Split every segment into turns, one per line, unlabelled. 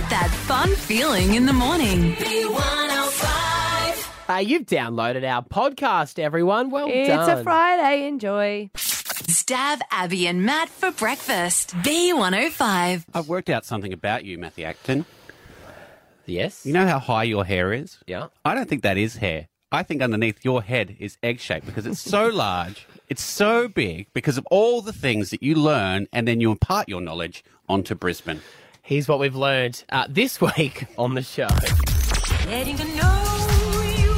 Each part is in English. fun feeling in the morning.
Uh, you've downloaded our podcast, everyone. Well
It's
done.
a Friday. Enjoy.
Stab Abby and Matt for breakfast. B105.
I've worked out something about you, Matthew Acton.
Yes.
You know how high your hair is?
Yeah.
I don't think that is hair. I think underneath your head is egg shaped because it's so large, it's so big because of all the things that you learn and then you impart your knowledge onto Brisbane.
Here's what we've learned uh, this week on the show.
Getting to know you.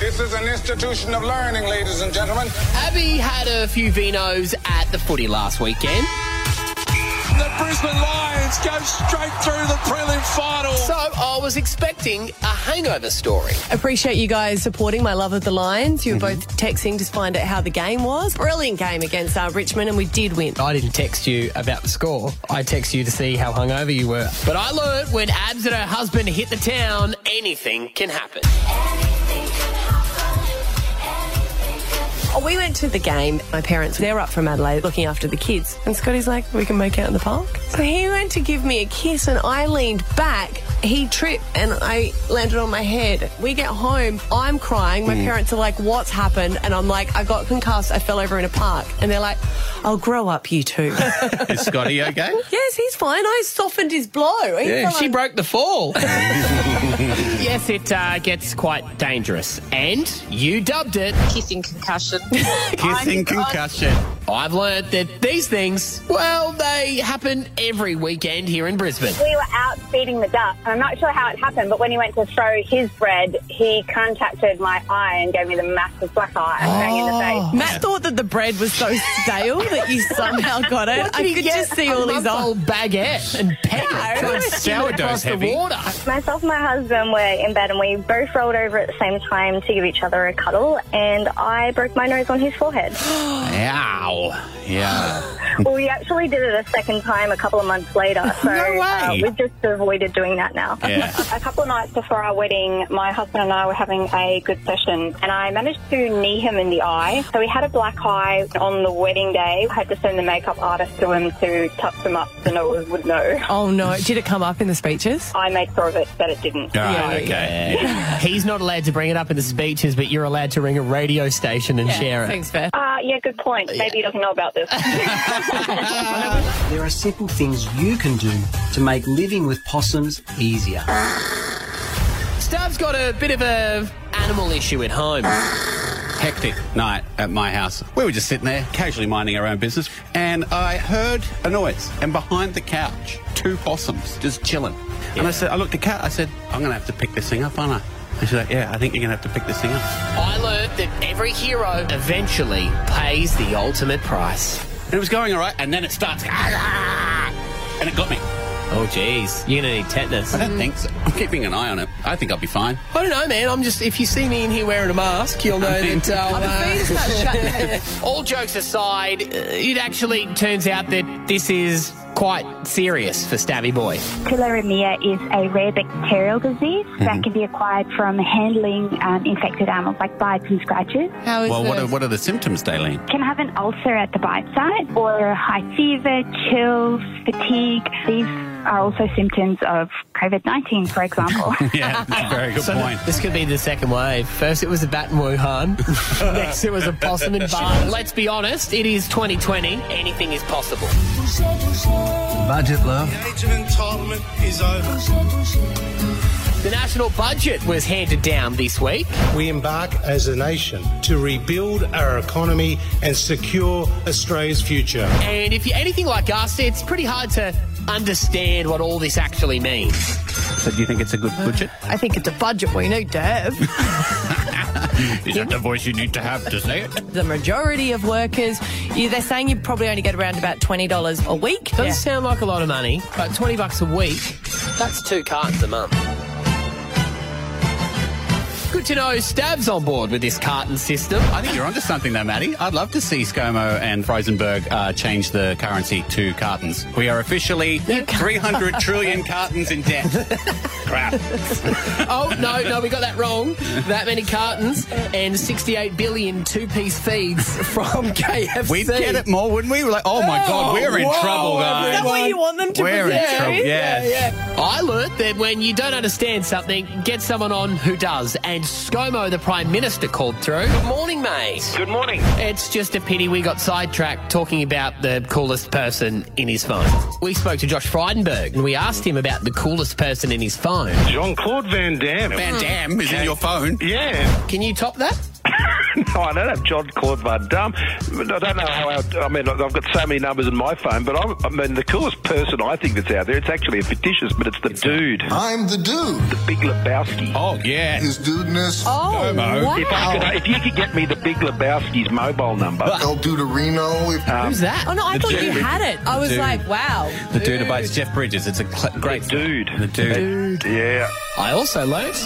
This is an institution of learning, ladies and gentlemen.
Abby had a few vinos at the footy last weekend.
The Brisbane Lions go straight through the prelim final.
So I was expecting a hangover story.
Appreciate you guys supporting my love of the Lions. You were
Mm-hmm.
both texting to find out how the game was. Brilliant game against uh, Richmond, and we did win.
I didn't text you about the score. I text you to see how hungover you were. But I learned when Abs and her husband hit the town, anything can happen.
Oh, we went to the game. My parents, they're up from Adelaide looking after the kids. And Scotty's like, we can make out in the park. So he went to give me a kiss, and I leaned back. He tripped, and I landed on my head. We get home, I'm crying.
Mm.
My parents are like, what's happened? And I'm like, I got concussed. I fell over in a park. And they're like, I'll grow up, you two.
Is Scotty okay?
yes, he's fine. I softened his blow. He fell
She
over.
broke the fall. yes, it uh, gets quite dangerous. And you dubbed it.
kissing concussion.
Kissing concussion.
I've learned that these things, well, they happen every weekend here in Brisbane.
We were out feeding the duck, and I'm not sure how it happened, but when he went to throw his bread, he contacted my eye and gave me the massive black eye and bang in the
Oh.
face.
Matt thought that the bread was so stale that you somehow got it. I could just see all his eyes.
old baguette and peg it, try and steal it
Sourdough's
across
heavy.
the water.
Myself and my husband were in bed, and we both rolled over at the same time to give each other a cuddle, and I broke my nose on his forehead.
Ow. Yeah.
well, we actually did it a second time a couple of months later, so
No way.
uh, we've just avoided doing that now.
Yeah.
A couple of nights before our wedding, my husband and I were having a good session, and I managed to knee him in the eye. So he had a black eye on the wedding day. I had to send the makeup artist to him to touch him up so no one would know.
Oh no! Did it come up in the speeches?
I made sure of it that it didn't.
Ah,
All right,
Yeah.
Ah, okay.
He's not allowed to bring it up in the speeches, but you're allowed to ring a radio station and share it.
Thanks, Beth.
Uh, yeah, good point. Maybe he doesn't know about this.
There are simple things you can do to make living with possums easier.
Stav's got a bit of a animal issue at home.
hectic night at my house. We were just sitting there, casually minding our own business, and I heard a noise. And behind the couch, two possums just chilling. And I said, I looked at Kat, I said, I'm going to have to pick this thing up, aren't I? And she's like, Yeah, I think you're going to have to pick this thing up.
I learned that every hero eventually pays the ultimate price.
And it was going all right, and then it starts, and it got me.
Oh, jeez. You're going to need tetanus.
I don't think so. I'm keeping an eye on it. I think I'll be fine.
I don't know, man. I'm just, if you see me in here wearing a mask, you'll know that. I'll, uh, all jokes aside, uh, it actually turns out that this is quite serious for Stabby Boy.
Tularemia is a rare bacterial disease that can be acquired from handling um, infected animals like bites and scratches.
How Oh, is
Well, what
it?
are, what are the symptoms, Daleen?
can have an ulcer at the bite site or high fever, chills, fatigue. These are also symptoms of COVID 19, for example.
Yeah, very good point.
This could be the second wave. First, it was a bat in Wuhan. Next, it was a possum in Bali. Let's be honest, it is 2020. Anything is possible.
Budget love.
Age of entitlement is over.
The national budget was handed down this week.
We embark as a nation to rebuild our economy and secure Australia's future.
And if you're anything like us, it's pretty hard to understand what all this actually means.
So, do you think it's a good
Uh,
budget?
I think it's a budget we need to have.
Is that the voice you need to have to say it?
the majority of workers, you, they're saying you probably only get around about twenty dollars a week.
Doesn't sound like a lot of money, but 20 bucks a week, that's two cartons a month. Good to know Stab's on board with this carton system.
I think you're onto something though, Matty. I'd love to see ScoMo and Frozenberg uh, change the currency to cartons. We are officially 300 trillion cartons in debt. Crap.
Oh, no, no, we got that wrong. That many cartons and 68 billion two piece feeds from KFC.
We'd get it more, wouldn't we? We're like, oh my God, we're in
whoa,
trouble, guys.
Is that what you want them to
We're in
present?
trouble, yes.
I learnt that when you don't understand something, get someone on who does. And ScoMo, the Prime Minister, called through. Good morning, mate. Good morning. It's just a pity we got sidetracked talking about the coolest person in his phone. We spoke to Josh Frydenberg and we asked him about the coolest person in his phone.
Jean Claude Van Damme.
Van Dam is in your phone.
Yeah.
Can you top that?
No, I don't have John Claude Van Damme. I don't know how. Our, I mean, I've got so many numbers in my phone, but I'm, I mean, the coolest person I think that's out there. It's actually a fictitious, but it's the dude,
I'm the dude.
the Big Lebowski.
Oh, yeah.
His dudeness.
Oh,
Scomo.
wow.
If, I could, if you could get me the Big Lebowski's mobile number, Um,
El Duderino. If,
Who's that? Oh, no, I
The
thought you
dude.
had it. I was
dude.
like, wow.
The dude abides Jeff Bridges. It's a cl-
the
great
dude.
The dude.
Yeah.
I also learnt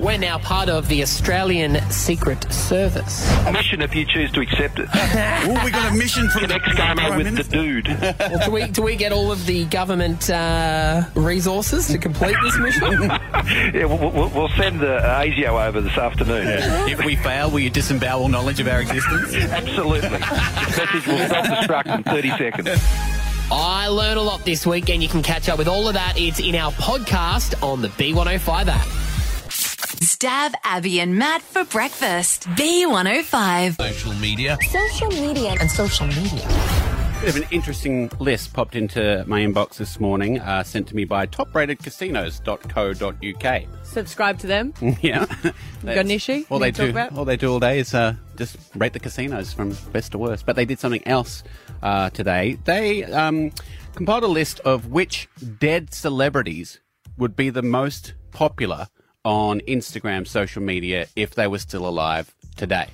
we're now part of the Australian Secret Service.
Mission if you choose to accept it.
Oh, we got a mission from the
Connect ScoMo
Prime
with the
Minister.
dude.
Well, do we do we get all of the government uh, resources to complete this mission?
yeah, we'll, we'll- we'll send the
uh,
ASIO over this afternoon.
If we fail, will you disembowel knowledge of our existence?
Absolutely. this message will self-destruct in 30 seconds.
I learn a lot this week, and you can catch up with all of that. It's in our podcast on the B105 app.
Stab Abby and Matt for breakfast. B105.
Social media.
Social media and social media.
Bit of an interesting list popped into my inbox this morning, uh, sent to me by topratedcasinos.co.uk.
Subscribe to them.
Yeah.
got an issue
All
you
they
need to
do,
talk about?
all they do all day is uh, just rate the casinos from best to worst. But they did something else uh, today. They um, compiled a list of which dead celebrities would be the most popular on Instagram social media if they were still alive today.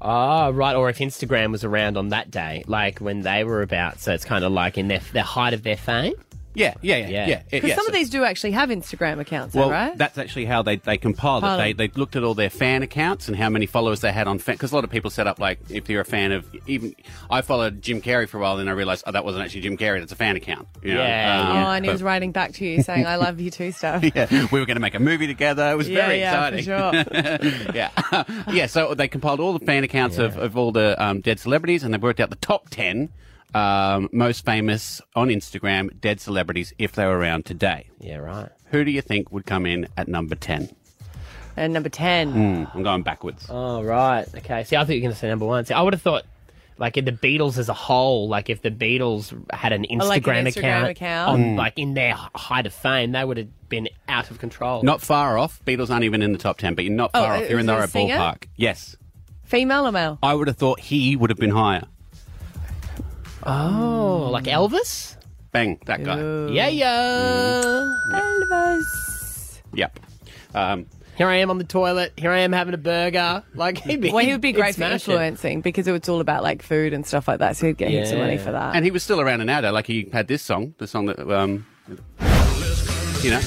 Ah, right. Or if Instagram was around on that day, like when they were about, so it's kind of like in their the height of their fame.
Yeah, yeah, yeah,
Yeah.
yeah. yeah,
Because
yeah,
some
so-
of these do actually have Instagram accounts, though,
Well,
right?
that's actually how they, they compiled
Compile
it.
it.
They, they looked at all their fan accounts and how many followers they had on fan. Because a lot of people set up, like, if you're a fan of even. I followed Jim Carrey for a while, then I realized, oh, that wasn't actually Jim Carrey, that's a fan account. you know?
Yeah,
oh,
Um,
and he was writing back to you saying, I love you too, stuff.
yeah, we were going to make a movie together. It was
Yeah,
very
yeah, for
exciting.
sure.
yeah, yeah. So they compiled all the fan accounts of, of all the um, dead celebrities, and they worked out the top ten um, most famous on Instagram dead celebrities if they were around today.
Yeah, right.
Who do you think would come in at number ten?
And number 10.
Mm, I'm going backwards.
Oh, right. Okay. See, I thought you were going to say number one. See, I would have thought, like, in the Beatles as a whole, like, if the Beatles had an Instagram,
Oh, like an Instagram
account,
account.
on,
Mm.
like, in their height of fame, they would have been out of control.
Not far off. Beatles aren't even in the top ten, but you're not far
uh,
off. You're in the
is it a
right
singer?
ballpark. Yes.
Female or male?
I would have thought he would have been higher.
Oh, like Elvis?
Bang, that guy.
Yeah, yeah.
Mm.
Yep. Um,
Here I am on the toilet. Here I am having a burger. Like, he'd be,
Well, he would be great
he'd
for
smash it.
influencing because it was all about like food and stuff like that. So he'd get heaps of money
Yeah.
for that.
and he was still around in our day. Like he had this song, the song that um, you know.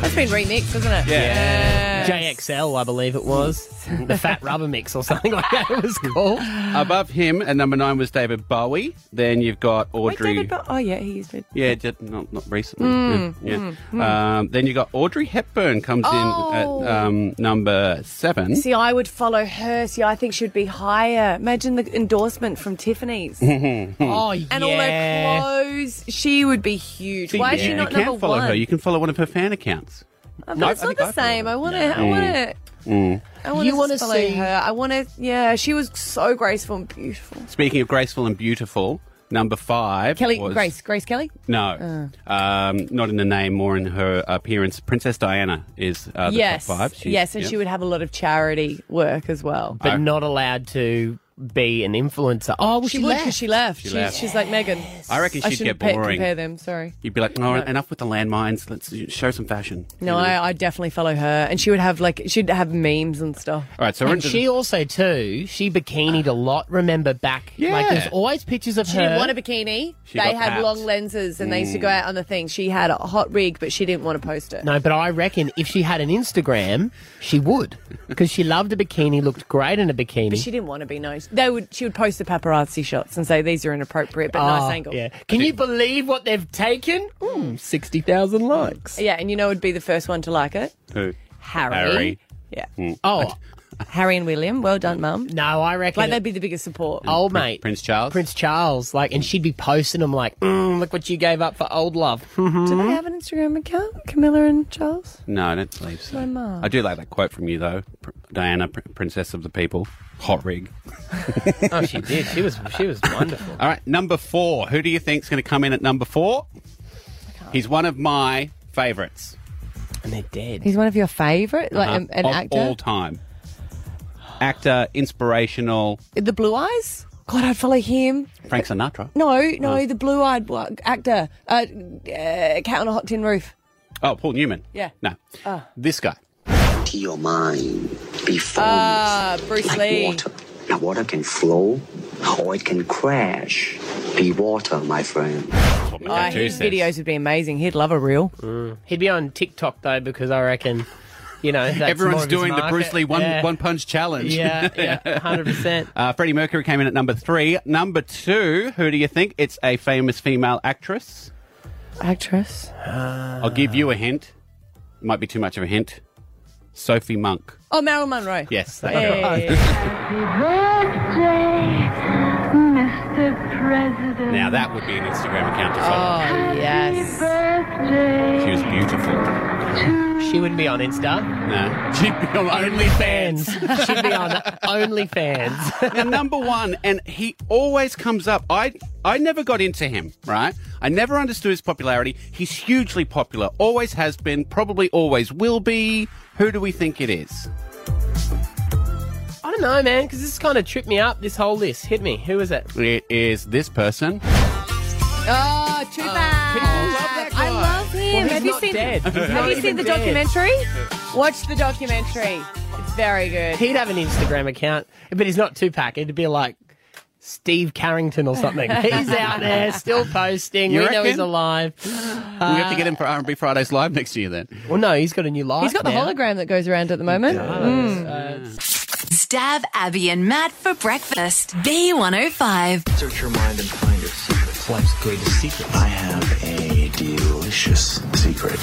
That's been remixed, isn't it? Yeah.
JXL, I believe it was. the Fat Rubber Mix or something like that it was called.
Above him at number nine was David Bowie. Then you've got
Wait,
Audrey.
David Bo- oh, yeah, he used it.
yeah, just, not not recently.
Hmm,
yeah. yeah. Um, then you got Audrey Hepburn comes
Oh.
in at um, number seven.
See, I would follow her. See, I think she'd be higher. Imagine the endorsement from Tiffany's and
Oh, yeah.
all her clothes. She would be huge. Why is
Yeah,
she not
you can
number
follow
one? Oh,
her. You can follow one of her fan accounts.
But
No,
it's
I
not
think
the
I follow
same.
her. Mm.
I want to. I want to. I want
You
to
wanna
follow
see-
her. I want to. Yeah, she was so graceful and beautiful.
Mm. Speaking of graceful and beautiful, number five.
Kelly
was-
Grace, Uh. Grace Kelly.
No. Um, not in the name, more in her appearance. Princess Diana is uh, the
yes,
top five. She's-
yes, and
yeah. Oh.
she would have a lot of charity work as well.
But not allowed to be an influencer. Oh, well,
she,
she,
would
left.
because she left.
She
she's,
left.
she's like Megan.
I reckon she'd
shouldn't
get
pe-
boring.
compare them. Sorry.
You'd be like, oh, enough with the landmines. Let's show some fashion.
No, I, I definitely follow her, and she would have like she'd have memes and stuff.
All right, so
and she also too, she bikinied a lot. Remember back, like there's always pictures of
She
her.
didn't want a bikini.
She
they
got
had
papped.
long lenses, and they used to go
Mm.
out on the thing. She had a hot rig, but she didn't want to post it.
No, but I reckon if she had an Instagram, she would because she loved a bikini, looked great in a bikini.
But she didn't want to be known. They would. She would post the paparazzi shots and say these are inappropriate, but
Oh,
nice angle. Hmm.
Yeah. Can you believe what they've taken? Mm, 60,000 likes.
Yeah, and you know, would be the first one to like it.
Who? Mm.
Harry.
Harry.
Yeah.
Oh,
Harry and William. Well done, Mum.
No, I reckon.
Like they'd be the biggest support.
old mate.
Prince Charles.
Prince Charles. Like, and she'd be posting them like, mm, look what you gave up for old love.
Do they have an Instagram account, Camilla and Charles?
No, I don't believe so.
My mum.
I do like that quote from you, though. Pr- Diana, pr- Princess of the People. Hot rig.
oh, she did. She was she was wonderful.
All right, number four. Who do you think's going to come in at number four? He's one of my favourites.
And they're dead.
He's one of your favourite, like
Uh-huh.
an, an
of
actor.
all time. Actor, inspirational,
the blue eyes. God, I'd follow him.
Frank Sinatra.
No, no,
Uh-huh.
Oh.
the blue-eyed wa- actor, uh, uh, cat on a hot tin roof.
Oh, Paul Newman.
Yeah.
No.
Ah.
This guy.
To your mind before
Ah, Bruce Lee.
water. Now water can flow or it can crash. Be water, my friend.
Oh, his videos would be amazing. He'd love a reel.
Mm. He'd be on TikTok though because I reckon, you know, that's more
Everyone's
of his
doing the
market.
Bruce Lee one,
Yeah.
one punch challenge.
Yeah, yeah, 100%.
Uh, Freddie Mercury came in at number three. Number two, who do you think? It's a famous female actress.
Actress. Uh,
I'll give you a hint. Might be too much of a hint. Sophie Monk.
Oh, Marilyn Monroe.
Yes, that's
Hey.
right.
Mr. President.
Now that would be an Instagram account to follow.
Oh, yes.
She was beautiful.
She would be on Insta.
No, she'd be on OnlyFans.
She'd be on OnlyFans.
now, number one, and he always comes up. I I never got into him, right? I never understood his popularity. He's hugely popular, always has been, probably always will be. Who do we think it is?
I don't know, man, because this kind of tripped me up. This whole list hit me. Who is it?
It is this person.
Oh, too bad. I love him.
Well, he's
have you
not
seen?
dead. He's
Have
not
you seen
even
the
dead.
documentary? Watch the documentary. It's very good.
He'd have an Instagram account, but he's not Tupac. It'd be like Steve Carrington or something. He's out there still posting.
You
we know he's
reckon?
alive.
we have to get him for R&B Fridays Live next year then.
Well, no, he's got a new life.
He's got the
now.
hologram that goes around at the moment. Mm.
Stab Abby and Matt for breakfast. B105.
Search your mind and find your secrets. Life's greatest secret. I have a delicious secret.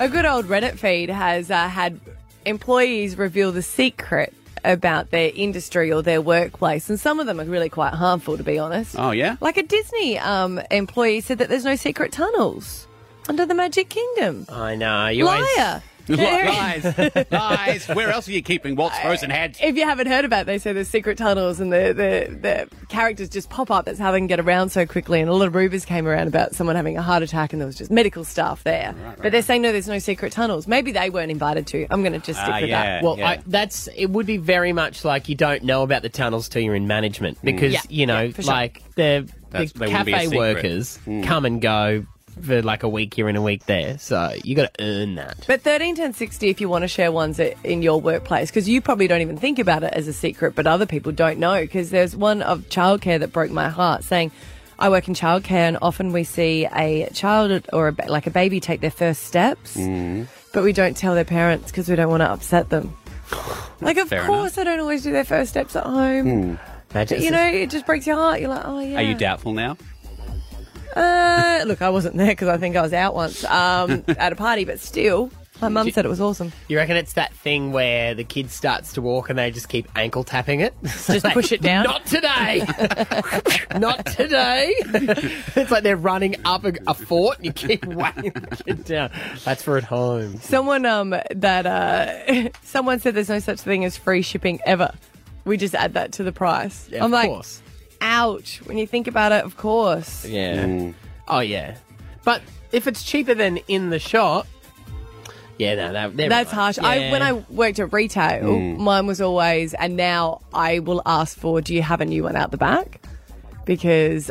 A good old Reddit feed has uh, had employees reveal the secret about their industry or their workplace, and some of them are really quite harmful, to be honest.
Oh, yeah?
Like a Disney um, employee said that there's no secret tunnels under the Magic Kingdom.
I know. You always-
Liar!
Lies. Lies. Where else are you keeping Walt's frozen head?
If you haven't heard about, it, they say there's secret tunnels and the, the the characters just pop up. That's how they can get around so quickly. And a lot of rumors came around about someone having a heart attack, and there was just medical staff there. but they're saying no, there's no secret tunnels. Maybe they weren't invited to. I'm going to just stick
Ah,
with that.
Well, I, that's it. Would be very much like you don't know about the tunnels till you're in management because
Yeah,
you know,
yeah, for sure.
like the,
Hmm.
the
That's- they wouldn't be a
cafe
secret. Hmm.
workers come and go for like a week here and a week there. So you got to earn that.
But thirteen ten sixty, if you want to share ones that- in your workplace, because you probably don't even think about it as a secret, but other people don't know. Because there's one of childcare that broke my heart, saying, "I work in childcare, and often we see a child or a, ba- like a baby take their first steps, but we don't tell their parents because we don't want to upset them." Like, of
Fair Hmm.
course, I don't always do their first steps at home. But, you know, it just breaks your heart. You're like, "Oh yeah."
Are you doubtful now?
Uh, look, I wasn't there because I think I was out once um, at a party, but still, my mum said it was awesome.
You reckon it's that thing where the kid starts to walk and they just keep ankle tapping it? just
push it down?
Not today. Not today. it's like they're running up a, a fort and you keep whacking the kid down. That's for at home.
Someone um that uh someone said there's no such thing as free shipping ever. We just add that to the price.
Yeah,
I'm
of
like,
course.
ouch. When you think about it, of course.
Mm. Yeah. Oh yeah. But if it's cheaper than in the shop, Yeah, no, that, never
That's
mind.
harsh. I
Yeah.
when I worked at retail,
Mm.
mine was always, and now I will ask for, do you have a new one out the back? Because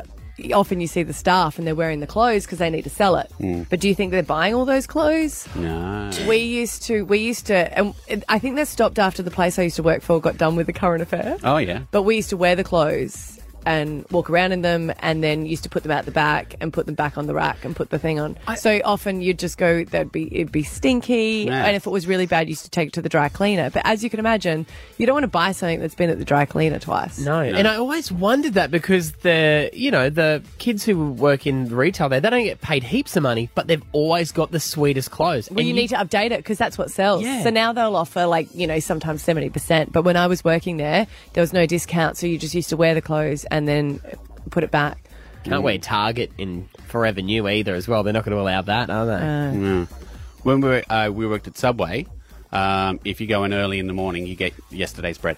often you see the staff and they're wearing the clothes because they need to sell it.
Hmm.
Mm.
But do you think they're buying all those clothes?
No.
We used to, we used to, and it- I think that stopped after the place I used to work for got done with the current affair.
Oh, yeah.
But we used to wear the clothes and walk around in them and then used to put them out the back and put them back on the rack and put the thing on. so often you'd just go, that'd be, it'd be stinky.
Yeah.
And if it was really bad, you used to take it to the dry cleaner. But as you can imagine, you don't want to buy something that's been at the dry cleaner twice.
No. and I always wondered that because the you know the kids who work in retail there they don't get paid heaps of money, but they've always got the sweetest clothes.
Well, you, need to update it because that's what sells.
Yeah.
So now they'll offer like, you know, sometimes 70%. But when I was working there, there was no discount. So you just used to wear the clothes and then put it back.
Can't wear Target in Forever New either as well. They're not going to allow that, are they?
No. When we were, uh, we worked at Subway, um, if you go in early in the morning, you get yesterday's bread.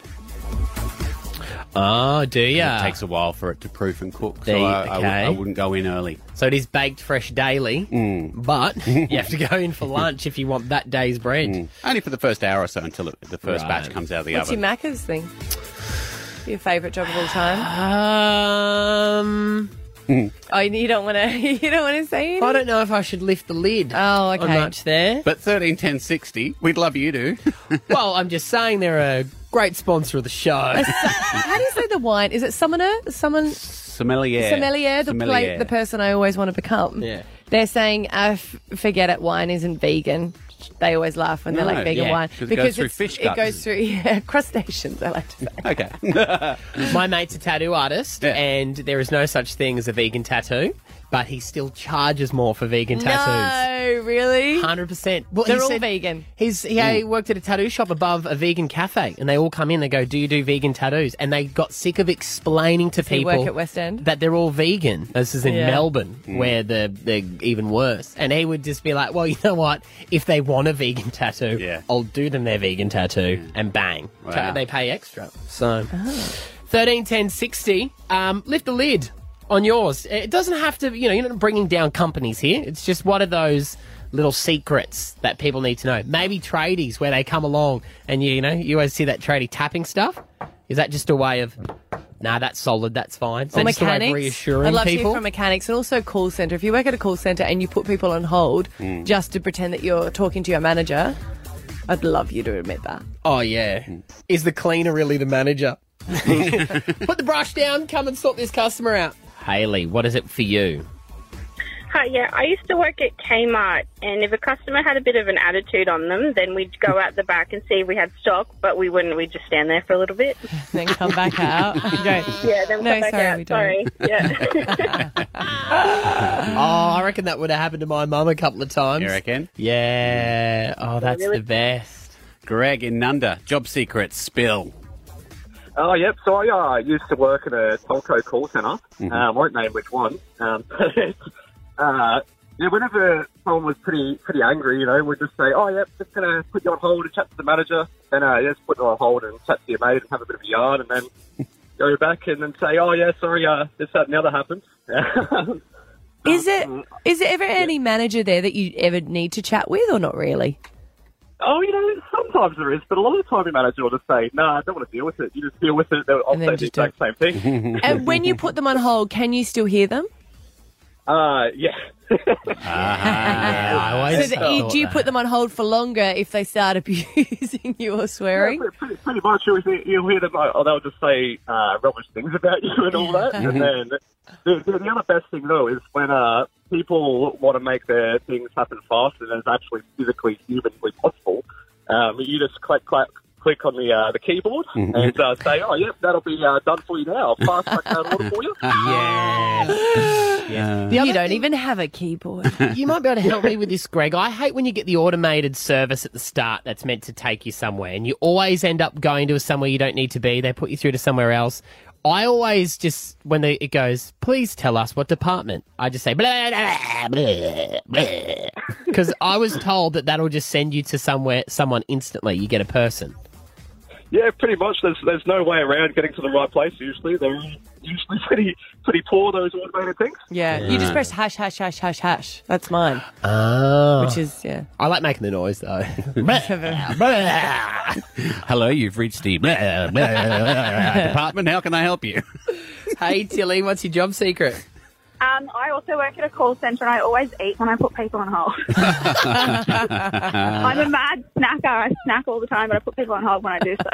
Ah.
Oh, do you?
It takes a while for it to proof and cook,
There
so
you-
I, I, would-
okay.
I wouldn't go in early. Mm.
So it is baked fresh daily, but you have to go in for lunch if you want that day's bread.
Mm. Only for the first hour or so until it, the first
Right.
batch comes out of the
What's
oven.
your Macca's thing? Your favourite job of all
time? Um.
Mm.
oh, you don't want to. You don't want to say.
I don't know if I should lift the lid.
Oh,
on much there.
But thirteen ten sixty, we'd love you to.
well, I'm just saying they're a great sponsor of the show.
How do you say the wine? Is it summoner? Someone
Sommelier.
sommelier, the
Sommelier.
plate, the person I always want to become.
Yeah.
They're saying, uh, f- forget it, wine isn't vegan. They always laugh when they're
No,
like vegan
yeah,
wine
'cause it goes through
it's-
fish
it
guts.
goes through yeah, crustaceans. I like to say.
okay.
My mate's a tattoo artist, and there is no such thing as a vegan tattoo, but he still charges more for vegan tattoos.
No, really,
hundred percent. Well,
they're
he
all
said-
vegan.
He's
Mm.
he
Mm.
uh, worked at a tattoo shop above a vegan cafe, and they all come in. They go, "Do you do vegan tattoos?" And they got sick of explaining to
They
people
work at West End.
that they're all vegan. This is in
Yeah.
Melbourne, where they're, they're even worse. And he would just be like, "Well, you know what? If they want a vegan tattoo, I'll do them their vegan tattoo." And bang,
Wow.
they pay extra. So. Thirteen ten sixty. Um, lift the lid on yours. It doesn't have to. You know, you're not bringing down companies here. It's just one of those little secrets that people need to know. Maybe tradies where they come along and you, you know you always see that tradie tapping stuff. Is that just a way of? Nah, that's solid. That's fine. Is
or
that just a way of
mechanics.
reassuring
I'd love to
people.
hear from mechanics and also call center. If you work at a call center and you put people on hold
Mm.
just to pretend that you're talking to your manager, I'd love you to admit that.
oh yeah, is the cleaner really the manager? Put the brush down. Come and sort this customer out. Haley, what is it for you?
Hi, yeah, I used to work at Kmart, and if a customer had a bit of an attitude on them, then we'd go out the back and see if we had stock, but we wouldn't. We'd just stand there for a little bit.
then come back out.
Yeah, then
No,
come back
sorry,
out.
we don't.
sorry. Yeah.
Oh, I reckon that would have happened to my mum a couple of times. You
reckon?
Yeah. Oh, that's
Really?
the best.
Greg in Nunda, job secrets spill.
Oh, yep. So I uh, used to work at a telco call center.
Mhm.
Um, won't name which one. Um, uh, yeah, whenever someone was pretty pretty angry, you know, we'd just say, "Oh, yep, just gonna put you on hold and chat to the manager." Then uh, yeah, just put them on hold and chat to your mate and have a bit of a yarn, and then go back and then say, "Oh, yeah, sorry, uh, this that and the other happened."
Is it is there ever any manager there that you ever need to chat with or not really?
oh, you know, sometimes there is, but a lot of the time your manager will just say, "No, I don't want to deal with it. You just deal with it." I'll say the exact same thing.
and when you put them on hold, can you still hear them?
uh, yeah.
Uh-huh. I always
So that you,
thought
do you
that.
put them on hold for longer if they start abusing you or swearing?
pretty much you'll hear, you'll hear them, oh, they'll just say uh, rubbish things about you and all that. and then the, the, the other best thing, though, is when uh, people want to make their things happen faster than is actually physically, humanly possible, um, you just click, click, click on the uh, the keyboard
Mm-hmm.
Mhm.
and uh, say, oh, yep, that'll be uh, done for you now. I'll fast track that order for you.
Yeah.
you don't even have a keyboard.
you might be able to help me with this, Greg. I hate when you get the automated service at the start that's meant to take you somewhere, and you always end up going to somewhere you don't need to be. They put you through to somewhere else. I always just when they, it goes, please tell us what department. I just say blah blah blah blah because I was told that that'll just send you to somewhere someone instantly. You get a person.
Yeah, pretty much. There's there's no way around getting to the right place. Usually, they're usually pretty pretty poor. Those automated things.
Yeah, you just press hash, hash, hash, hash, hash. That's mine.
Oh.
Which is, yeah.
I like making the noise, though.
Hello, you've reached the department. How can I help you?
hey, Tilly, what's your job secret?
Um, I also work at a call centre and I always eat when I put people on hold. I'm a mad snacker. I snack all the time, but I put people on hold when I do so.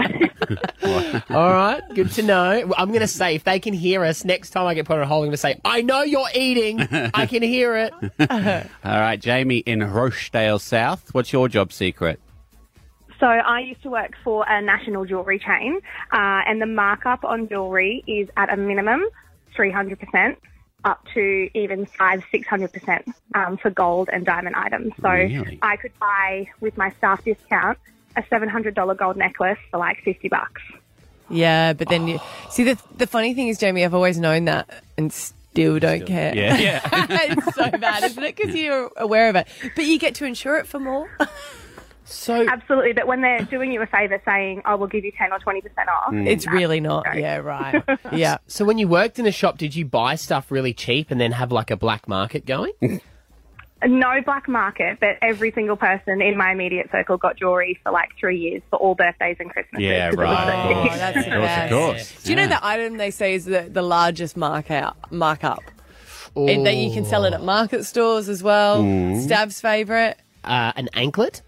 All right, good to know. I'm going to say if they can hear us next time I get put on hold, I'm going to say, I know you're eating. I can hear it.
All right, Jamie in Rochdale South. What's your job secret?
So I used to work for a national jewellery chain, uh, and the markup on jewellery is at a minimum 300%. Up to even five, six hundred percent um, for gold and diamond items. So
Really?
I could buy with my staff discount a seven hundred dollar gold necklace for like fifty bucks.
Yeah, but then you see the the funny thing is, Jamie, I've always known that and still don't care.
Yeah. Yeah.
it's so bad, isn't it? Because you're aware of it, but you get to insure it for more.
So
absolutely, but when they're doing you a favour, saying, "I will give you ten or twenty percent off,"
It's really not. Yeah, right. Yeah.
So when you worked in a shop, did you buy stuff really cheap and then have like a black market going?
No black market, but every single person in my immediate circle got jewellery for like three years for all birthdays and Christmas.
Yeah,
right. Oh, that's
Of course, of
best.
course.
Do you know the item they say is the, the largest markup? markup?
Oh.
And that you can sell it at market stores as well.
Mm.
Stab's favourite.
Uh, an anklet?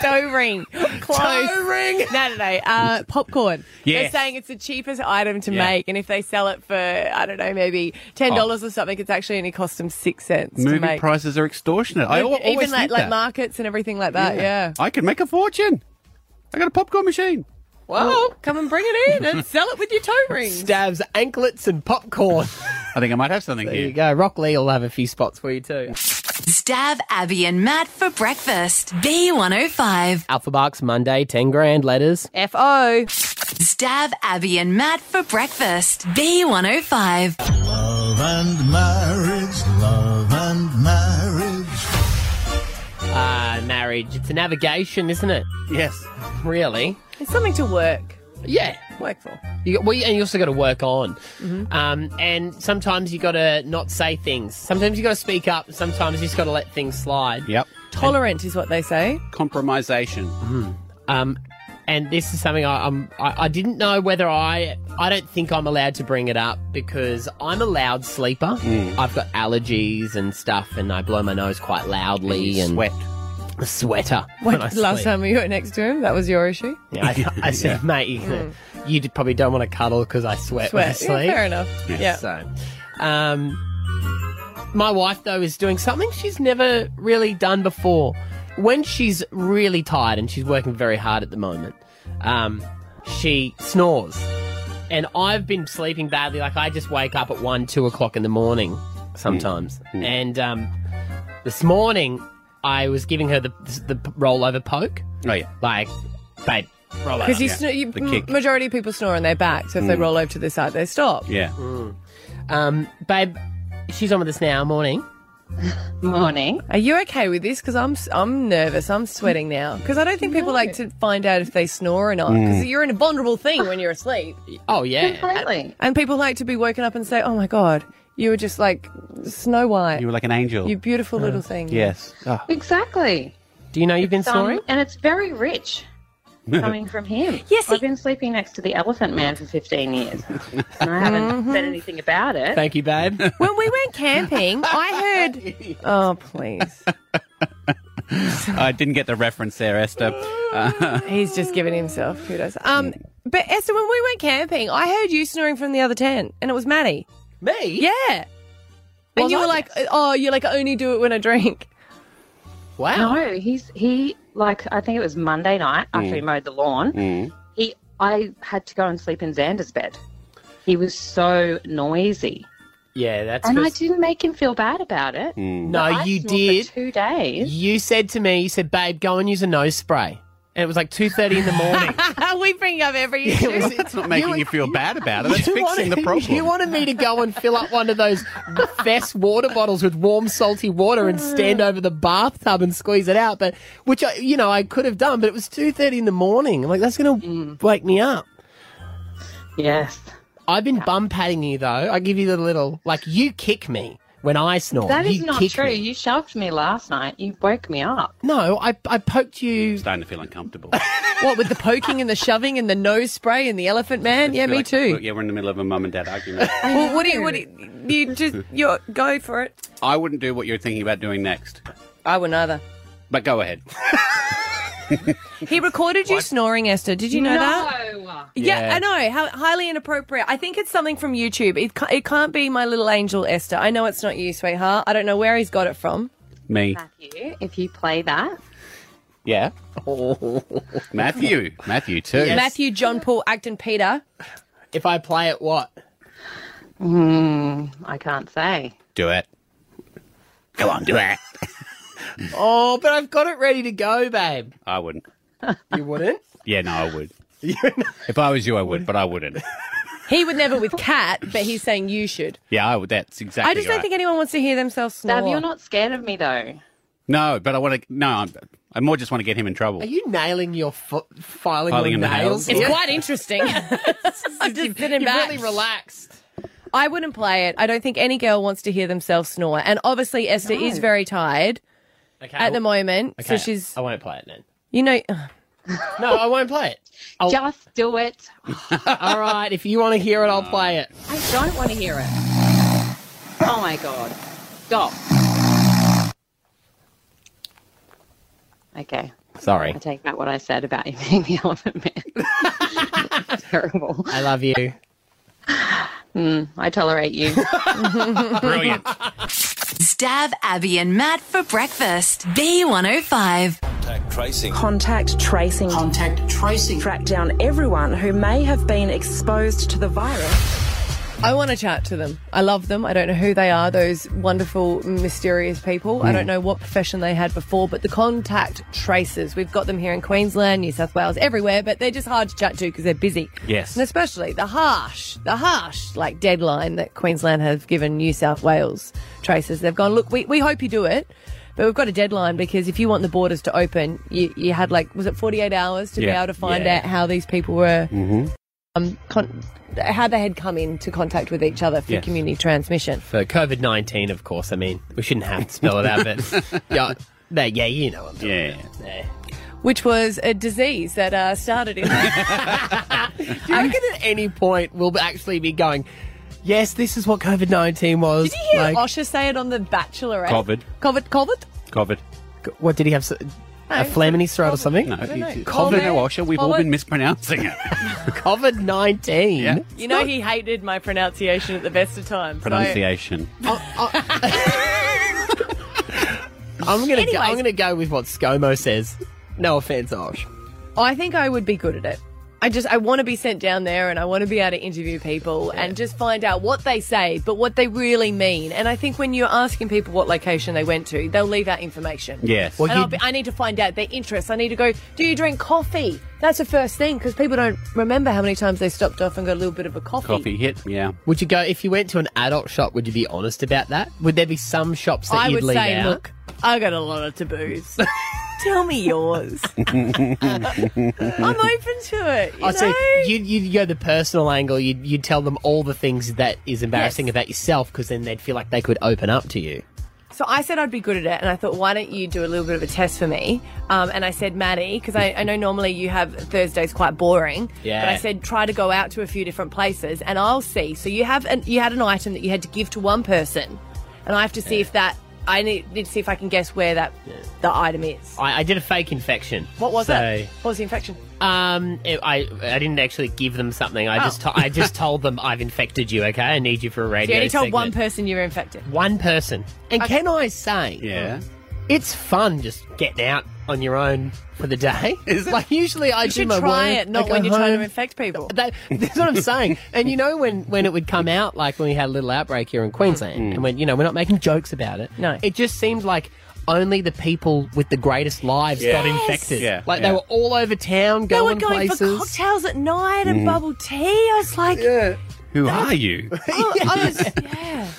Toe ring. Close.
Toe
ring. No, no, no. Uh, popcorn.
Yes.
They're saying it's the cheapest item to
Yeah. Oh.
make, and if they sell it for, I don't know, maybe $10 or something, it's actually only cost them six cents to
Movie
make.
prices are extortionate. I al-
Even-
always
Even like,
think
like
that.
markets and everything like that, yeah.
I could make a fortune. I got a popcorn machine.
Well, come and bring it in and sell it with your toe rings.
Stabs, anklets, and popcorn.
I think I might have something
There
here.
you go. Rock Lee will have a few spots for you too.
Stab Abby and Matt for breakfast. B105.
Alpha Bucks Monday, 10 grand letters.
FO.
Stab Abby and Matt for breakfast. B105.
Love and marriage, love and marriage.
Ah, marriage. It's a navigation, isn't it? Yes. Really?
It's something to work.
Yeah.
Work for.
You got, well, and you also got to work on.
Mm-hmm.
Um, and sometimes you got to not say things. Sometimes you got to speak up. Sometimes you just got to let things slide.
Yep.
Tolerant is what they say.
Compromisation.
Um, and this is something I, I'm, I, I didn't know whether I. I don't think I'm allowed to bring it up because I'm a loud sleeper.
Mm.
I've got allergies and stuff, and I blow my nose quite loudly and,
sweat.
A sweater.
When,
when I
last
sleep.
time we were next to him, that was your issue.
Yeah, I, I said, mate, you,
Mm.
you d- probably don't want to cuddle because I sweat, when I
Sweat. Yeah,
sleep."
fair enough. Yeah. Yeah.
So, um, my wife though is doing something she's never really done before. When she's really tired and she's working very hard at the moment, um, she snores. And I've been sleeping badly. Like I just wake up at one, two o'clock in the morning sometimes. And um, this morning, I was giving her the the rollover poke.
Oh yeah,
like babe, roll over.
Because you, snor- you mm, m- majority of people snore on their back, so if they
Mm.
roll over to the side, they stop.
Yeah.
Um, babe, she's on with us now. Morning.
Morning. Are you okay with this? Because I'm s- I'm nervous. I'm sweating now. Because I don't think people like to find out if they snore or not. Because
Mm.
you're in a vulnerable thing when you're asleep.
Oh yeah.
And, people like to be woken up and say, "Oh my god, you were just like Snow White.
You were like an angel. Uh,
You beautiful little thing."
Yes. Oh.
Exactly.
Do you know you've been
It's, um,
snoring?
and it's very rich coming from him. Yes. I've been sleeping next to the elephant man for 15 years. And I haven't
Mm-hmm.
said anything about it.
Thank you, babe.
Mm.
When we went camping, I heard. Oh please!
I didn't get the reference there, Esther. Uh,
He's just giving himself kudos. Um, but Esther, when we went camping, I heard you snoring from the other tent, and it was Maddie.
Me?
Yeah. and you were like, "Oh, you're like, I only do it when I drink."
Wow.
No, he's he like I think it was Monday night after
Mm.
he mowed the lawn.
Mm.
He I had to go and sleep in Xander's bed. He was so noisy,
Yeah, that's.
and I
'cause-
didn't make him feel bad about it.
No,
Mm.
But I
you
snored for
did.
two days.
You said to me, you said, babe, go and use a nose spray. and it was like two thirty in the morning.
we bring up every issue.
It's not making you, feel bad about it. That's
You
fixing
wanted-
the problem.
You wanted me to go and fill up one of those Fess water bottles with warm, salty water and stand over the bathtub and squeeze it out, but which I, you know, I could have done. But it was two thirty in the morning. I'm like, that's going to wake me up.
Mm. Yes.
I've been bum patting you though. I give you the little like you kick me when I snore.
That is
You
not
kick
true.
me.
You shoved me last night. You woke me up.
No, I I poked you.
Starting to feel uncomfortable.
What with the poking and the shoving and the nose spray and the elephant man? Yeah,
Feel
me
like-
too.
look, yeah, we're in the middle of a mum and dad argument.
Well, what do you? What do you? You just you go for it.
I wouldn't do what you're thinking about doing next,
I wouldn't either.
but go ahead.
He recorded you snoring, Esther. Did you know
No.
that? Yeah,
Yeah.
I know. How highly inappropriate. I think it's something from YouTube. It, ca- it can't be my little angel, Esther. I know it's not you, sweetheart. I don't know where he's got it from.
Me.
Matthew, if you play that,
Yeah. Matthew. Matthew too.
Matthew, John, Paul, Acton, Peter.
If I play it, what?
mm, I can't say.
Do it. Go on, do it.
Oh, but I've got it ready to go, babe.
I wouldn't.
You wouldn't?
Yeah, no, I would. if I was you, I would, but I wouldn't.
He would never with Cat, but he's saying you should.
Yeah, I would. That's exactly.
I just don't
right.
think anyone wants to hear themselves snore.
Dab, you're not scared of me though.
No, but I want to. No, I'm, I more just want to get him in trouble.
Are you nailing your foot, filing,
Filing
your
in the
nails?
nails. It's
quite interesting. I'm just sitting
you
back.
really relaxed.
I wouldn't play it. I don't think any girl wants to hear themselves snore. And obviously, Esther is very tired
Okay.
at the moment.
Okay,
So she's,
I won't play it then.
you know,
No, I won't play it. I'll-
Just do it.
All right, if you want to hear it, I'll play it.
I don't want to hear it. Oh my god. Stop. Okay.
Sorry.
I take back what I said about you being the elephant man. Terrible.
I love you.
Mm, I tolerate you.
Brilliant.
Stab Abby and Matt for breakfast. B105.
Contact tracing.
Contact tracing. Contact tracing. Track down everyone who may have been exposed to the virus.
I want to chat to them. I love them. I don't know who they are, those wonderful, mysterious people. I
Hmm.
don't know what profession they had before, but the contact tracers, we've got them here in Queensland, New South Wales, everywhere, but they're just hard to chat to because they're busy.
Yes.
And especially the harsh, the harsh, like deadline that Queensland have given New South Wales tracers. They've gone, look, we, we hope you do it, but we've got a deadline because if you want the borders to open, you, you had like, was it 48 hours to be
Yeah.
able to find
Yeah.
out how these people were
Mm-hmm.
um, con- how they had come into contact with each other for
Yes.
community transmission.
For COVID 19, of course. I mean, we shouldn't have to spell it out, but yeah, no, yeah, you know what I'm talking yeah. about. Yeah.
Which was a disease that uh, started in.
Do
Um,
you reckon at any point we'll actually be going, yes, this is what COVID 19 was?
Did you hear
like,
Osher say it on The Bachelorette?
Covid.
Covid. Covid?
COVID.
What did he have? s-
No,
a phlegm in his throat or something?
No,
don't know.
you-
Covid.
COVID. No, Osha, we've all
Covid.
been mispronouncing it.
COVID 19.
You know, he hated my pronunciation at the best of times. so- uh,
Pronunciation.
I'm gonna go,
Anyways.
I'm gonna go with what ScoMo says. No offense, Osh.
I think I would be good at it. I just I want to be sent down there and I want to be able to interview people and just find out what they say, but what they really mean. And I think when you're asking people what location they went to, they'll leave out information.
Yes.
and I'll be, I need to find out their interests. I need to go. Do you drink coffee? That's the first thing because people don't remember how many times they stopped off and got a little bit of a coffee.
hit. Yeah.
Would you go if you went to an adult shop? Would you be honest about that? Would there be some shops that
I
you'd
would
leave
say,
out?
look, I got a lot of taboos. Tell me yours.
Mm-hmm.
I'm open to it. You
I
know?
see. You'd, you'd go the personal angle. You'd, you'd tell them all the things that is embarrassing
Yes.
about yourself because then they'd feel like they could open up to you.
So I said I'd be good at it, and I thought, why don't you do a little bit of a test for me? Um, and I said, Maddie, because I, I know normally you have Thursdays quite boring.
Yeah.
But I said, try to go out to a few different places, and I'll see. So you have an, you had an item that you had to give to one person, and I have to see if that I need, need to see if I can guess where that the item is.
I, I did a fake infection.
What was
so,
it? What was the infection?
Um, it- I I didn't actually give them something. I
Oh.
just to, I just told them I've infected you. Okay, I need you for a
So
radio.
you only told
segment."
one person you were infected.
One person. And can I say?
Yeah.
It's fun just getting out on your own for the day. Is Like usually I
You
do
should
my
try
work,
it, not
I go
when you're trying to
home.
infect people.
That, That's what I'm saying. And you know when when it would come
Mm.
out, like when we had a little outbreak here in Queensland, and when you know we're not making jokes about it. No, it just seemed like only the people with the greatest lives
Yeah.
got
Yes.
infected.
Yeah,
Like
yeah.
they were all over town
They were
going,
going for
places.
cocktails at night and
Mhm.
Mm.
bubble tea. I was like,
Who are you?
oh, I was-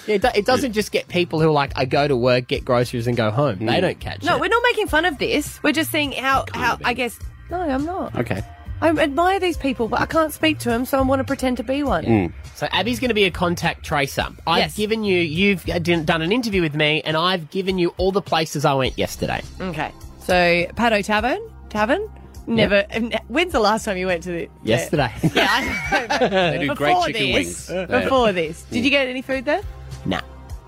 Yeah, it do- it doesn't just get people who are like, I go to work, get groceries, and go home.
Mm.
They don't catch
no,
it.
we're not making fun of this. We're just seeing how, how I guess. No, I'm not.
Okay.
I admire these people, but I can't speak to them, so I want to pretend to be one.
Mm.
So Abby's going to be a contact tracer. I've given you, you've d- done an interview with me, and I've given you all the places I went yesterday.
Okay. So Pado Tavern, Tavern. Never. n- When's the last time you went to the?
Yesterday.
they
do great chicken
this,
wings.
Before this, did
Mm.
you get any food there?
Nah.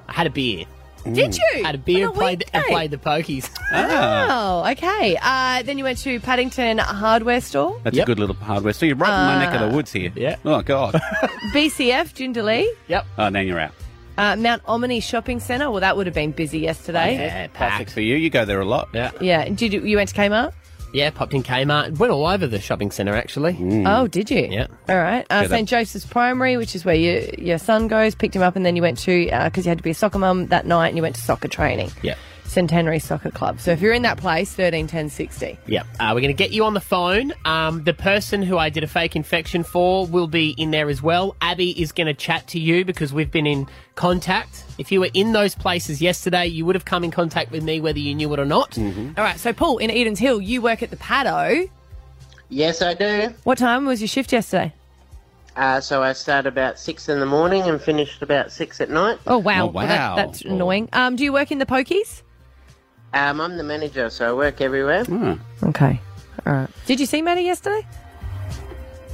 I had a beer.
Did
Mm.
you?
Had a beer
On
and
a
played, and
weekday?
played the pokies.
Ah.
Oh, okay. Uh, then you went to Paddington Hardware Store,
That's a good little hardware. So you're right in my
Ah.
neck of the woods here. Yeah. Oh, God.
BCF Jindalee,
yep.
oh, now you're out.
uh, Mount Omni Shopping Centre. Well, that would have been busy yesterday.
Classic for you. You go there a lot.
Yeah.
Yeah. Did you, you went to Kmart?
Yeah, popped in Kmart. Went all over the shopping centre, actually.
Mm.
Oh, did you?
Mm. Yeah.
All right. Uh,
Yeah, that-
St. Joseph's Primary, which is where your your son goes, picked him up, and then you went to because you had to be a soccer mum that night, and you went to soccer training.
Yeah.
Centenary Soccer Club. So if you're in that place, thirteen ten sixty.
Yep. Uh, we're going to get you on the phone. Um, the person who I did a fake infection for will be in there as well. Abby is going to chat to you because we've been in contact. If you were in those places yesterday, you would have come in contact with me whether you knew it or not.
All right. So Paul in Edens Hill, you work at the Paddo.
Yes, I do.
What time was your shift yesterday?
Uh, so I start about six in the morning and finished about six at night.
Oh wow. Well, that- that's annoying. Um, do you work in the Pokies?
Um, I'm the manager, so I work everywhere.
Hmm. Okay. All right. Did you see Maddie yesterday?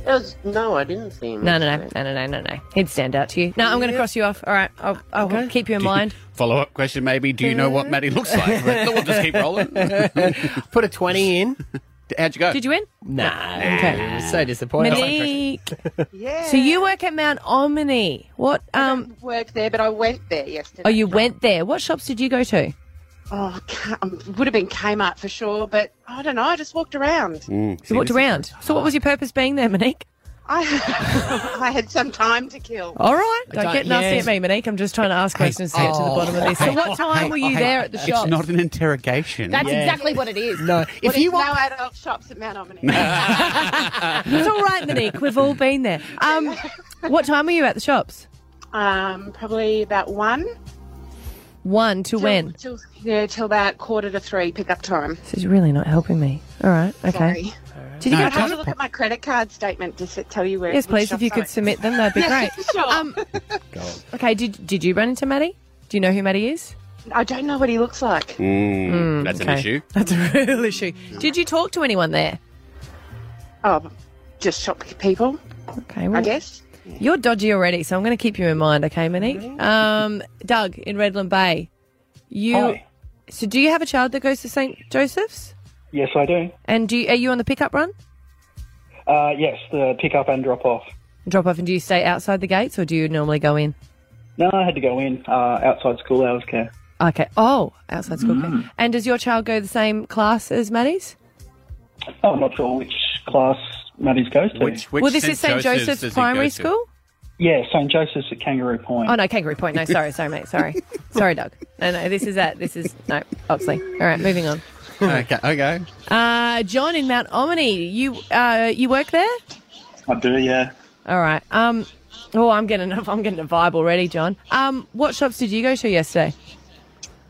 It was, no, I didn't see him.
No, no, no, no, no, no, no, no. He'd stand out to you. No, I'm going to
Yeah.
cross you off. All right. I'll, I'll keep you in mind.
Follow up question maybe. Do you know what Maddie looks like? we'll just keep rolling.
Put a 20 in.
How'd you go?
Did you win?
Nah.
Okay.
It was so disappointing.
Monique. So you work at Mount Omni. What? Um.
work there, but I went there yesterday.
Oh, you went there. What shops did you go to?
Oh, I can't- um, would have been Kmart for sure, but I don't know. I just walked around.
you walked around. So what was your purpose being there, Monique?
I I had some time to kill.
All right. Don't
don't-
get nasty
yeah.
at me, Monique. I'm just trying to ask questions to get to the
Oh.
bottom of this. So what time were you there at the
it's
shop?
It's not an interrogation.
That's exactly what it is.
No,
What
if you
is
want-
no adult shops at Mount Omni.
it's all right, Monique. We've all been there. Um, what time were you at the shops?
Um, probably about one.
One to
till-
when?
Till, yeah, till about quarter to three pickup time.
This is really not helping me. All right. Okay.
Sorry.
Did you
I'd
get
have to look at my credit card statement to s- tell you where.
Yes,
which
please. If
shops
you
I
could
went.
submit them, that'd be great. Um,
Yeah, sure.
Okay. Did Did you run into Maddie? Do you know who Maddie is?
I don't know what he looks like.
Mm, that's an
okay.
issue.
That's a real issue. Did you talk to anyone there?
Oh, just shop people.
Okay. Well,
I guess.
You're dodgy already, so I'm going to keep you in mind, okay, Monique? Um, Doug in Redland Bay, you.
Hi.
So, do you have a child that goes to St Joseph's?
Yes, I do.
And do you, are you on the pickup run,
Uh, yes, the pick up and drop off.
drop off, and do you stay outside the gates, or do you normally go in?
No, I had to go in uh, outside school hours care.
Okay. Oh, outside school. okay. And does your child go the same class as Maddie's?
I'm not sure which class Maddie's goes to.
Which,
well, this is St Joseph's, Primary School.
Yeah, St Joseph's at Kangaroo Point.
Oh no, Kangaroo Point. No, sorry, sorry, mate. Sorry, sorry, Doug. No, no, this is that. This is no Oxley. All right, moving on.
okay, okay.
Uh, John in Mount Omni, you uh, you work there?
I do, yeah.
All right. Um. Oh, I'm getting I'm getting a vibe already, John. Um. What shops did you go to yesterday?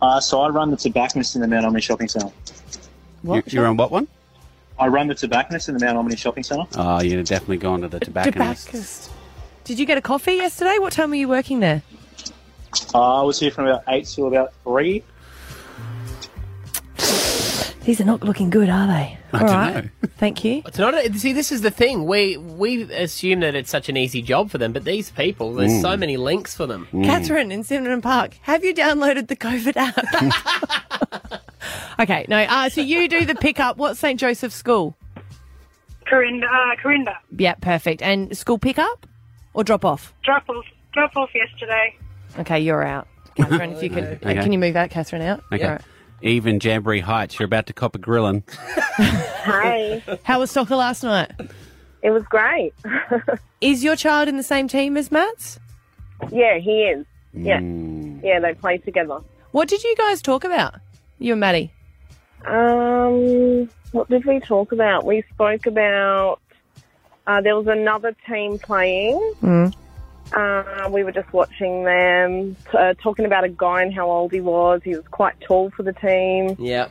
Uh, so I run the tobacconist in the Mount Omni Shopping Centre.
What
You, are on what one?
I run the tobacconist in the Mount Omni Shopping Centre.
Oh, you'd have definitely gone to the tobacconist.
Tobacconist. Did you get a coffee yesterday? What time were you working there?
Uh, I was here from about 8 till about 3.
These are not looking good, are they? All
I don't
right.
know.
Thank you.
It's not. A, see, this is the thing. We we assume that it's such an easy job for them, but these people, there's
Mm.
so many links for them.
Mm.
Catherine in Simon Park, have you downloaded the COVID app? okay, no. Uh, so you do the pickup. What's St Joseph's School?
Corinda, uh, Corinda,
Yeah, perfect. And school pickup or drop off?
drop off, drop off yesterday.
Okay, you're out, Catherine. if you could,
Okay.
can you move out, Catherine out?
Okay.
All right.
Even Jamboree Heights, you're about to cop a grilling.
Hi.
How was soccer last night?
It was great.
Is your child in the same team as Matt's?
Yeah, he is. Yeah, yeah, they play together.
What did you guys talk about? You and Maddie.
Um, what did we talk about? We spoke about uh, there was another team playing.
Hmm.
Uh, we were just watching them, t- uh, talking about a guy and how old he was. He was quite tall for the team.
Yeah.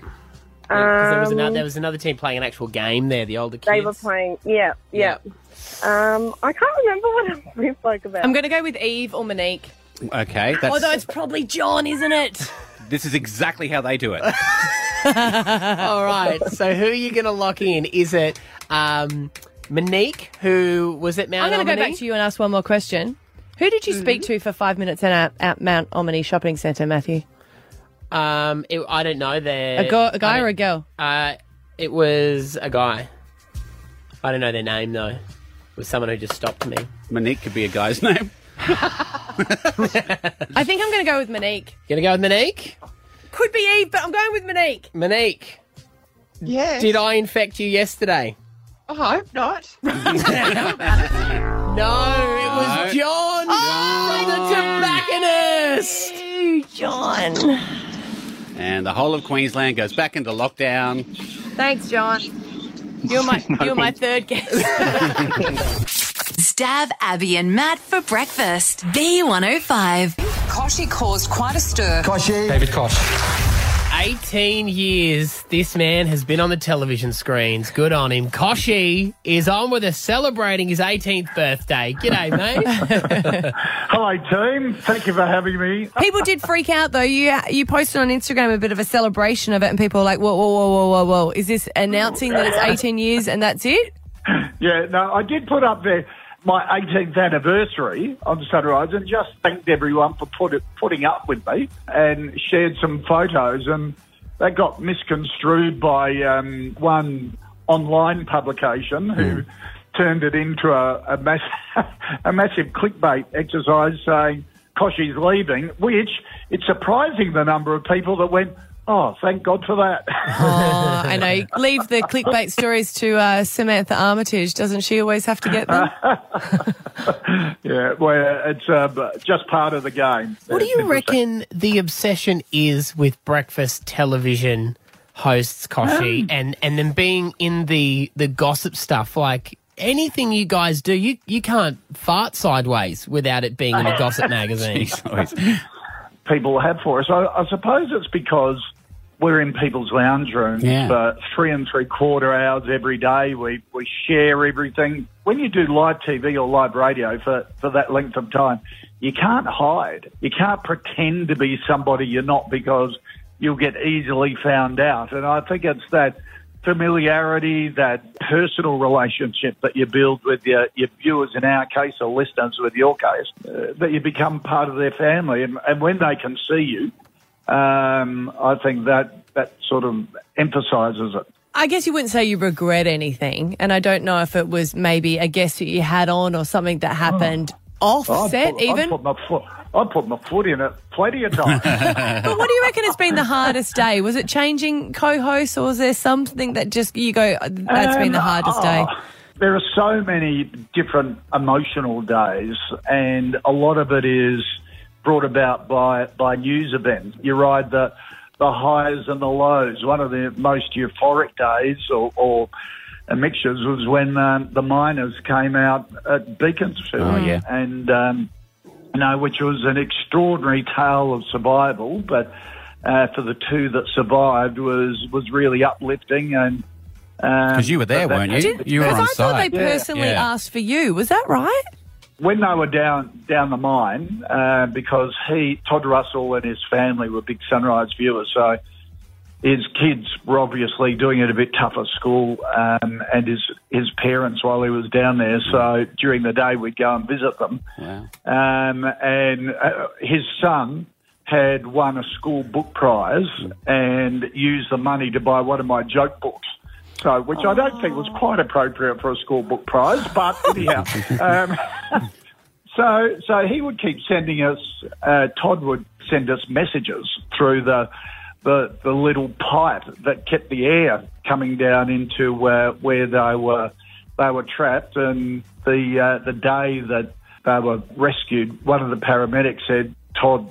there, was
Um,
another, there was another team playing an actual game there, the older kids.
They were playing. Yeah, yeah. Um, I can't remember what we spoke about.
I'm going to go with Eve or Monique.
Okay, that's,
Although it's probably John, isn't it?
this is exactly how they do it.
All right. So who are you going to lock in? Is it um, Monique, who was at Mount
I'm going to go
Albany?
back to you and ask one more question. Who did you speak to for five minutes and at, uh, at Mount Omni Shopping Centre, Matthew?
Um, it, I don't know. Their,
A go- a guy
I
or a
don't-
girl?
Uh, it was a guy. I don't know their name though. It was someone who just stopped me.
Monique could be a guy's name.
I think I'm going to go with Monique.
Gonna go with Monique.
Could be Eve, but I'm going with Monique.
Monique.
Yeah.
Did I infect you yesterday?
I hope not.
No, it
No.
was John from the tobacconist.
John.
And the whole of Queensland goes back into lockdown.
Thanks, John. You're my you're my third
guest. Stab Abby and Matt for breakfast. B105. Koshy caused quite a stir.
David Kosh. 18 years this man has been on the television screens. Good on him. Koshy is on with us celebrating his 18th birthday. G'day, mate.
Hello, team. Thank you for having me.
People did freak out though. You you posted on Instagram a bit of a celebration of it, and people were like, whoa, whoa, whoa, whoa, whoa, whoa! Is this announcing that it's 18 years and that's it?
Yeah, no, I did put up there my 18th anniversary on Sunrise and just thanked everyone for put it, putting up with me and shared some photos. And that got misconstrued by um, one online publication who turned it into a, a, mass, a massive clickbait exercise saying, Koshy's leaving, which it's surprising the number of people that went, oh, thank God for that.
Oh, I know. Leave the clickbait stories to uh, Samantha Armitage. Doesn't she always have to get them?
Yeah, well, it's uh, just part of the game.
what do you reckon the obsession is with breakfast television hosts,
Um.
Koshy, and, and them being in the, the gossip stuff? Like anything you guys do, you, you can't fart sideways without it being in a gossip magazine.
people have for us. I, I suppose it's because we're in people's lounge rooms for three and three quarter hours every day. We we share everything. When you do live TV or live radio for, for that length of time, you can't hide. You can't pretend to be somebody you're not because you'll get easily found out. And I think it's that familiarity, that personal relationship that you build with your, your viewers in our case or listeners with your case, uh, that you become part of their family. And, and when they can see you, um, I think that, that sort of emphasises it.
I guess you wouldn't say you regret anything, and I don't know if it was maybe a guest that you had on or something that happened
I'd
offset
put,
even.
I'd put, my foot, I'd put my foot in it plenty of times.
But what do you reckon has been the hardest day? Was it changing co-hosts, or was there something that just you go, that's been the
Um,
hardest day?
oh, There are so many different emotional days, and a lot of it is brought about by by news events. You ride the the highs and the lows. One of the most euphoric days, or, or uh, mixtures, was when um, the miners came out at Beaconsfield,
Oh, yeah.
and um, you know, which was an extraordinary tale of survival, but. Uh, for the two that survived was was really uplifting and um, because
you were there, weren't you? You were
Because
on
I thought
site.
they personally
Yeah.
asked for you. Was that right?
when they were down down the mine, uh, because he Todd Russell and his family were big Sunrise viewers, so his kids were obviously doing it a bit tough at school, um, and his his parents while he was down there. So during the day, we'd go and visit them.
Wow.
Um, and uh, his son had won a school book prize and used the money to buy one of my joke books. So, which I don't think was quite appropriate for a school book prize, but anyhow. um, so, so he would keep sending us. Uh, Todd would send us messages through the the, the little pipe that kept the air coming down into uh, where they were they were trapped. And the uh, the day that they were rescued, one of the paramedics said, Todd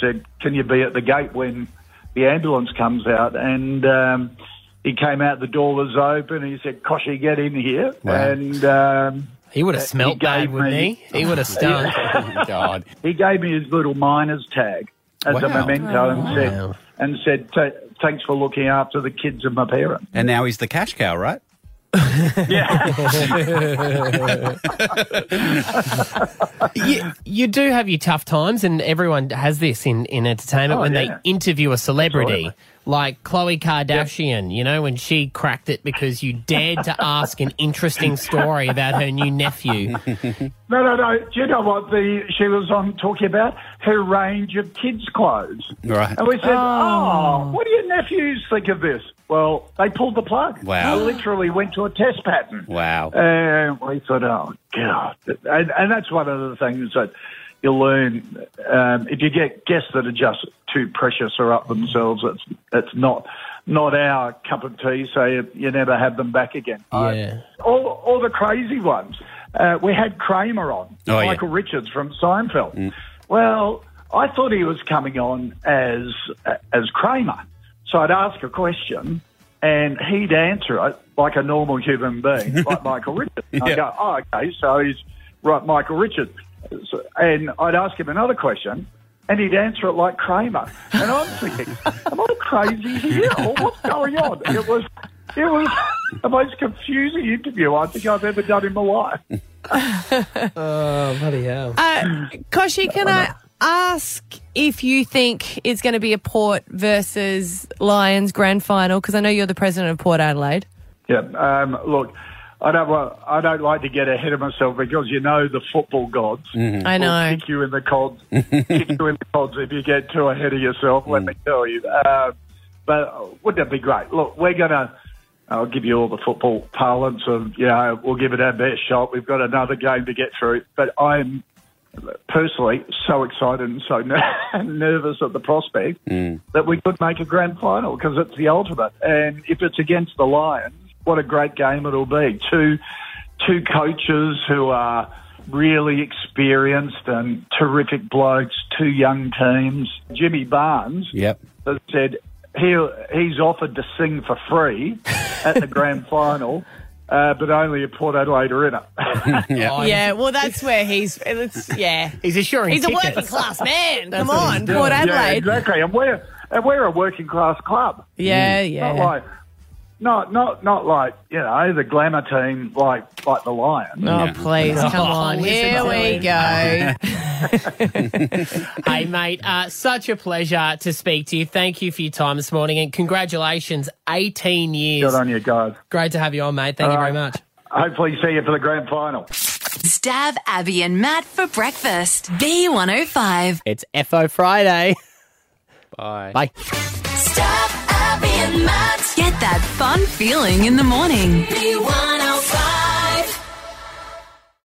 said, "Can you be at the gate when the ambulance comes out and um, he came out, the door was open, and he said, Koshi, get in here.
Wow.
And um,
He would have smelt bad,
gave
wouldn't
me-
he? He would have stung.
Oh,
God.
He gave me his little miner's tag as a
Wow. Oh,
memento
Wow.
and said, and said "Ta- thanks for looking after the kids and my parents.
And now he's the cash cow, right?
you, you do have your tough times, and everyone has this in, in entertainment
Oh,
when
yeah.
they interview a celebrity,
Absolutely.
like Khloe Kardashian, you know, when she cracked it because you dared to ask an interesting story about her new nephew.
No, no, no. Do you know what the she was on talking about? Her range of kids' clothes.
Right.
And we said,
Oh.
oh. what do your nephews think of this? Well, they pulled the plug.
Wow.
They literally went to a test pattern.
Wow.
And we thought, oh, God. And, and that's one of the things that you learn. Um, if you get guests that are just too precious or up themselves, it's, it's not, not our cup of tea, so you, you never have them back again.
Yeah.
All, all the crazy ones. Uh, we had Kramer on,
Oh, yeah. Mm.
Michael Richards from Seinfeld. Well, I thought he was coming on as uh, as Kramer, so I'd ask a question and he'd answer it like a normal human being, like Michael Richards. And I'd
Yeah.
go, oh, okay, so he's right, Michael Richards. So- And I'd ask him another question. And he'd answer it like Kramer, and I'm thinking, "Am I crazy here? Or what's going on?" It was, it was the most confusing interview I think I've ever done in my life.
Oh, bloody hell.
Uh, Koshi, can I ask if you think it's going to be a Port versus Lions grand final? Because I know you're the president of Port Adelaide.
Yeah. Um, look, I don't. wa- I don't like to get ahead of myself because you know the football gods.
I know.
will kick you in the cods. kick you in the cods if you get too ahead of yourself. Let me tell you. Uh, but wouldn't it be great? Look, we're gonna. I'll give you all the football parlance of you know we'll give it our best shot. We've got another game to get through. But I'm personally so excited and so ner- nervous at the prospect that we could make a grand final because it's the ultimate. And if it's against the Lions, what a great game it'll be. Two two coaches who are really experienced and terrific blokes. Two young teams. Jimmy Barnes
Yep.
that said he he's offered to sing for free at the grand final. Uh, but only if Port Adelaide are in it.
Yeah, well, that's where he's. It's, yeah.
He's assuring
He's a
tickets.
working class man. Come
That's what
on,
he's doing.
Port
Yeah,
Adelaide.
exactly. And we're and we're a working class club.
Yeah, yeah.
Not like not not not like you know the glamour team like like the Lions.
Oh, please, come on. Here we go.
hey, mate, uh, such a pleasure to speak to you. Thank you for your time this morning, and congratulations, 18 years.
Good on you guys.
Great to have you on, mate. Thank you
All
very
right.
much.
Hopefully, see you for the grand final.
Stab Abby and Matt for breakfast. B105.
It's FO Friday. Bye. Bye.
Stab Abby and Matt. Get that fun feeling in the morning. B105.